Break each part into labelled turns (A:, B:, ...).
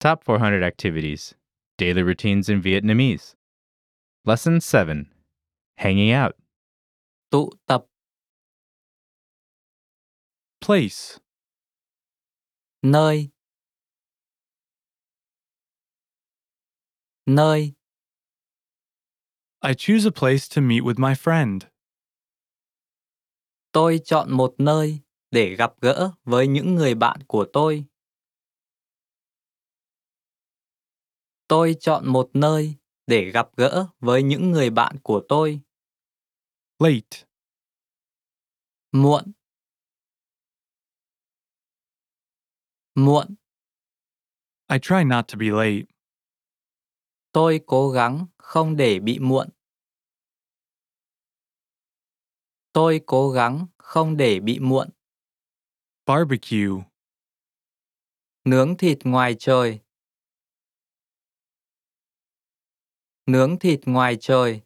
A: Top 400 activities Daily routines in Vietnamese. Lesson 7 Hanging out.
B: tụ tập
C: place,
B: nơi nơi
C: I choose a place to meet with my friend.
B: tôi chọn một nơi để gặp gỡ với những người bạn của tôi tôi chọn một nơi để gặp gỡ với những người bạn của tôi
C: Late,
B: muộn muộn
C: I try not to be late.
B: tôi cố gắng không để bị muộn tôi cố gắng không để bị muộn
C: Barbecue,
B: nướng thịt ngoài trời nướng thịt ngoài trời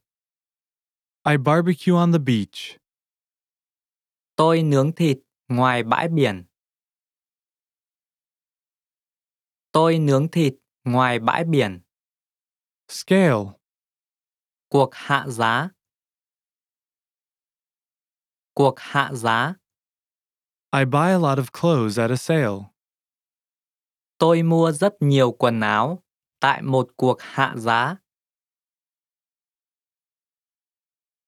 C: I barbecue on the beach.
B: tôi nướng thịt ngoài bãi biển tôi nướng thịt ngoài bãi biển
C: Scale,
B: cuộc hạ giá cuộc hạ giá
C: I buy a lot of clothes at a sale.
B: tôi mua rất nhiều quần áo tại một cuộc hạ giá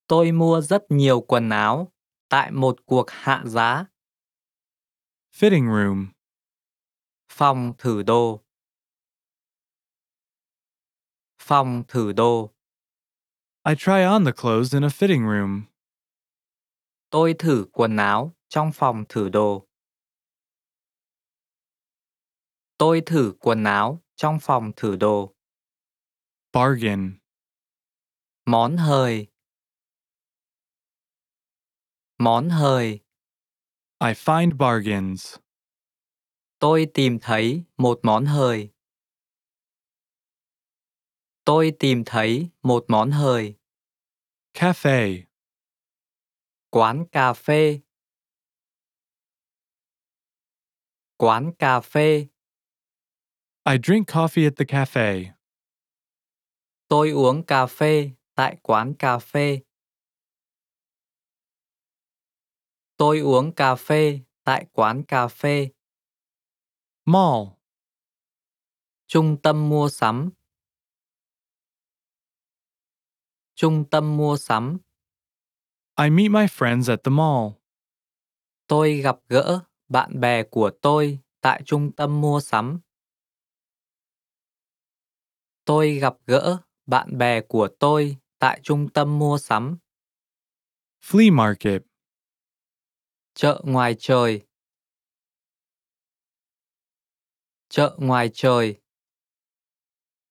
B: tôi mua rất nhiều quần áo tại một cuộc hạ giá
C: Fitting room,
B: phòng thử đồ phòng thử đồ
C: I try on the clothes in a fitting room.
B: tôi thử quần áo trong phòng thử đồ tôi thử quần áo trong phòng thử đồ
C: Bargain,
B: món hời món hời
C: I find bargains.
B: tôi tìm thấy một món hời tôi tìm thấy một món hời
C: Cafe,
B: quán cà phê quán cà phê
C: I drink coffee at the cafe.
B: tôi uống cà phê tại quán cà phê tôi uống cà phê tại quán cà phê
C: Mall,
B: trung tâm mua sắm trung tâm mua sắm
C: I meet my friends at the mall.
B: tôi gặp gỡ bạn bè của tôi tại trung tâm mua sắm tôi gặp gỡ bạn bè của tôi tại trung tâm mua sắm
C: Flea market,
B: chợ ngoài trời chợ ngoài trời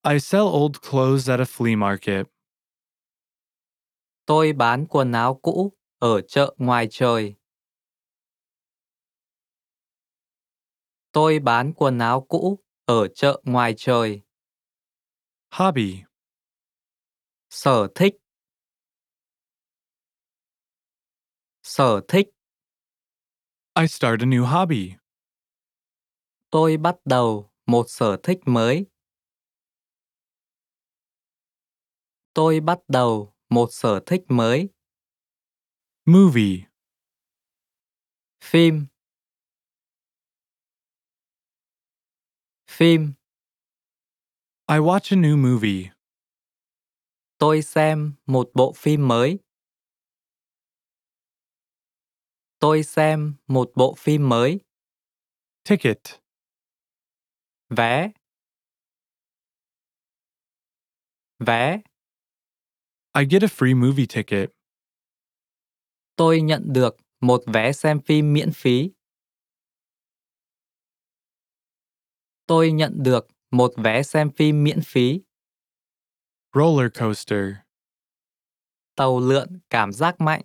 C: I sell old clothes at a flea market.
B: tôi bán quần áo cũ ở chợ ngoài trời tôi bán quần áo cũ ở chợ ngoài trời
C: Hobby,
B: sở thích sở thích
C: I start a new hobby.
B: tôi bắt đầu một sở thích mới tôi bắt đầu một sở thích mới
C: Movie,
B: phim phim
C: I watch a new movie.
B: tôi xem một bộ phim mới tôi xem một bộ phim mới
C: Ticket,
B: vé vé
C: I get a free movie ticket.
B: tôi nhận được một vé xem phim miễn phí tôi nhận được một vé xem phim miễn phí
C: Roller coaster,
B: tàu lượn cảm giác mạnh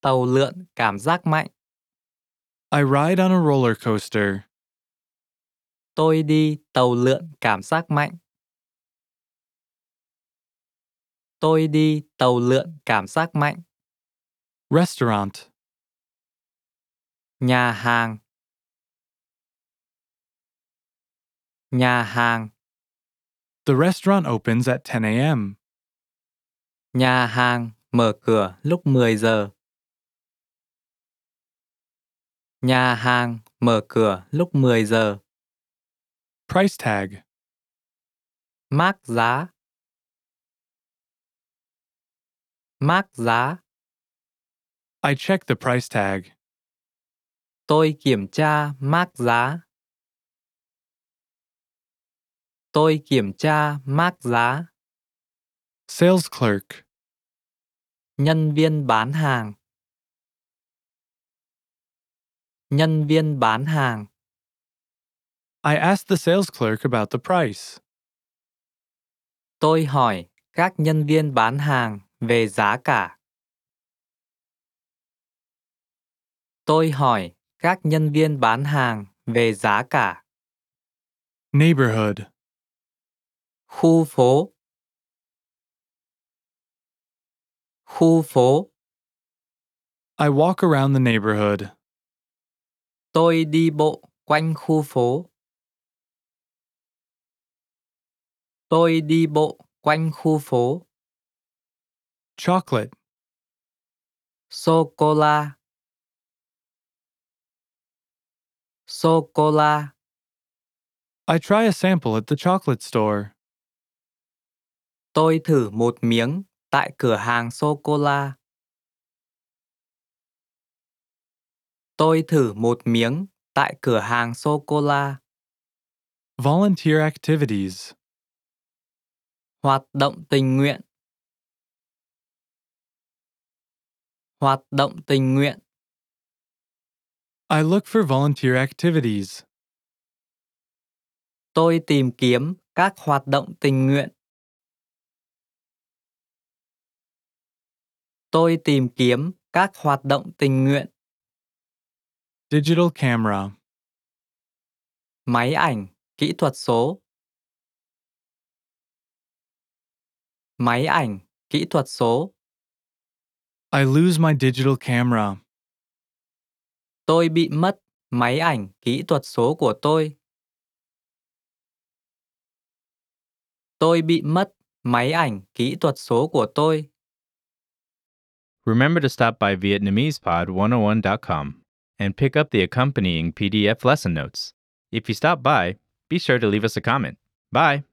B: tàu lượn cảm giác mạnh
C: I ride on a roller coaster.
B: tôi đi tàu lượn cảm giác mạnh Tôi đi tàu lượn cảm giác mạnh.
C: Restaurant.
B: Nhà hàng. Nhà hàng.
C: The restaurant opens at 10 a.m.
B: Nhà hàng mở cửa lúc 10 giờ. Nhà hàng mở cửa lúc 10 giờ.
C: Price tag.
B: Mác giá. Mác giá.
C: I check the price tag.
B: Tôi kiểm tra mác giá. Tôi kiểm tra mác giá.
C: Sales clerk.
B: Nhân viên bán hàng. Nhân viên bán hàng.
C: I asked the sales clerk about the price.
B: Tôi hỏi các nhân viên bán hàng về giá cả. Tôi hỏi các nhân viên bán hàng về giá cả.
C: Neighborhood.
B: Khu phố. Khu phố,
C: I walk around the neighborhood.
B: tôi đi bộ quanh khu phố. Tôi đi bộ quanh khu phố.
C: Chocolate.
B: sô cô la sô cô la
C: I try a sample at the chocolate store.
B: tôi thử một miếng tại cửa hàng sô cô la tôi thử một miếng tại cửa hàng sô cô la
C: Volunteer activities.
B: hoạt động tình nguyện hoạt động tình nguyện
C: I look for volunteer activities.
B: tôi tìm kiếm các hoạt động tình nguyện tôi tìm kiếm các hoạt động tình nguyện
C: Digital camera.
B: máy ảnh kỹ thuật số máy ảnh kỹ thuật số
C: I lose my digital camera.
B: tôi bị mất máy ảnh kỹ thuật số của tôi tôi bị mất máy ảnh kỹ thuật số của tôi
A: Remember to stop by VietnamesePod101.com and pick up the accompanying PDF lesson notes. If you stop by, be sure to leave us a comment. Bye!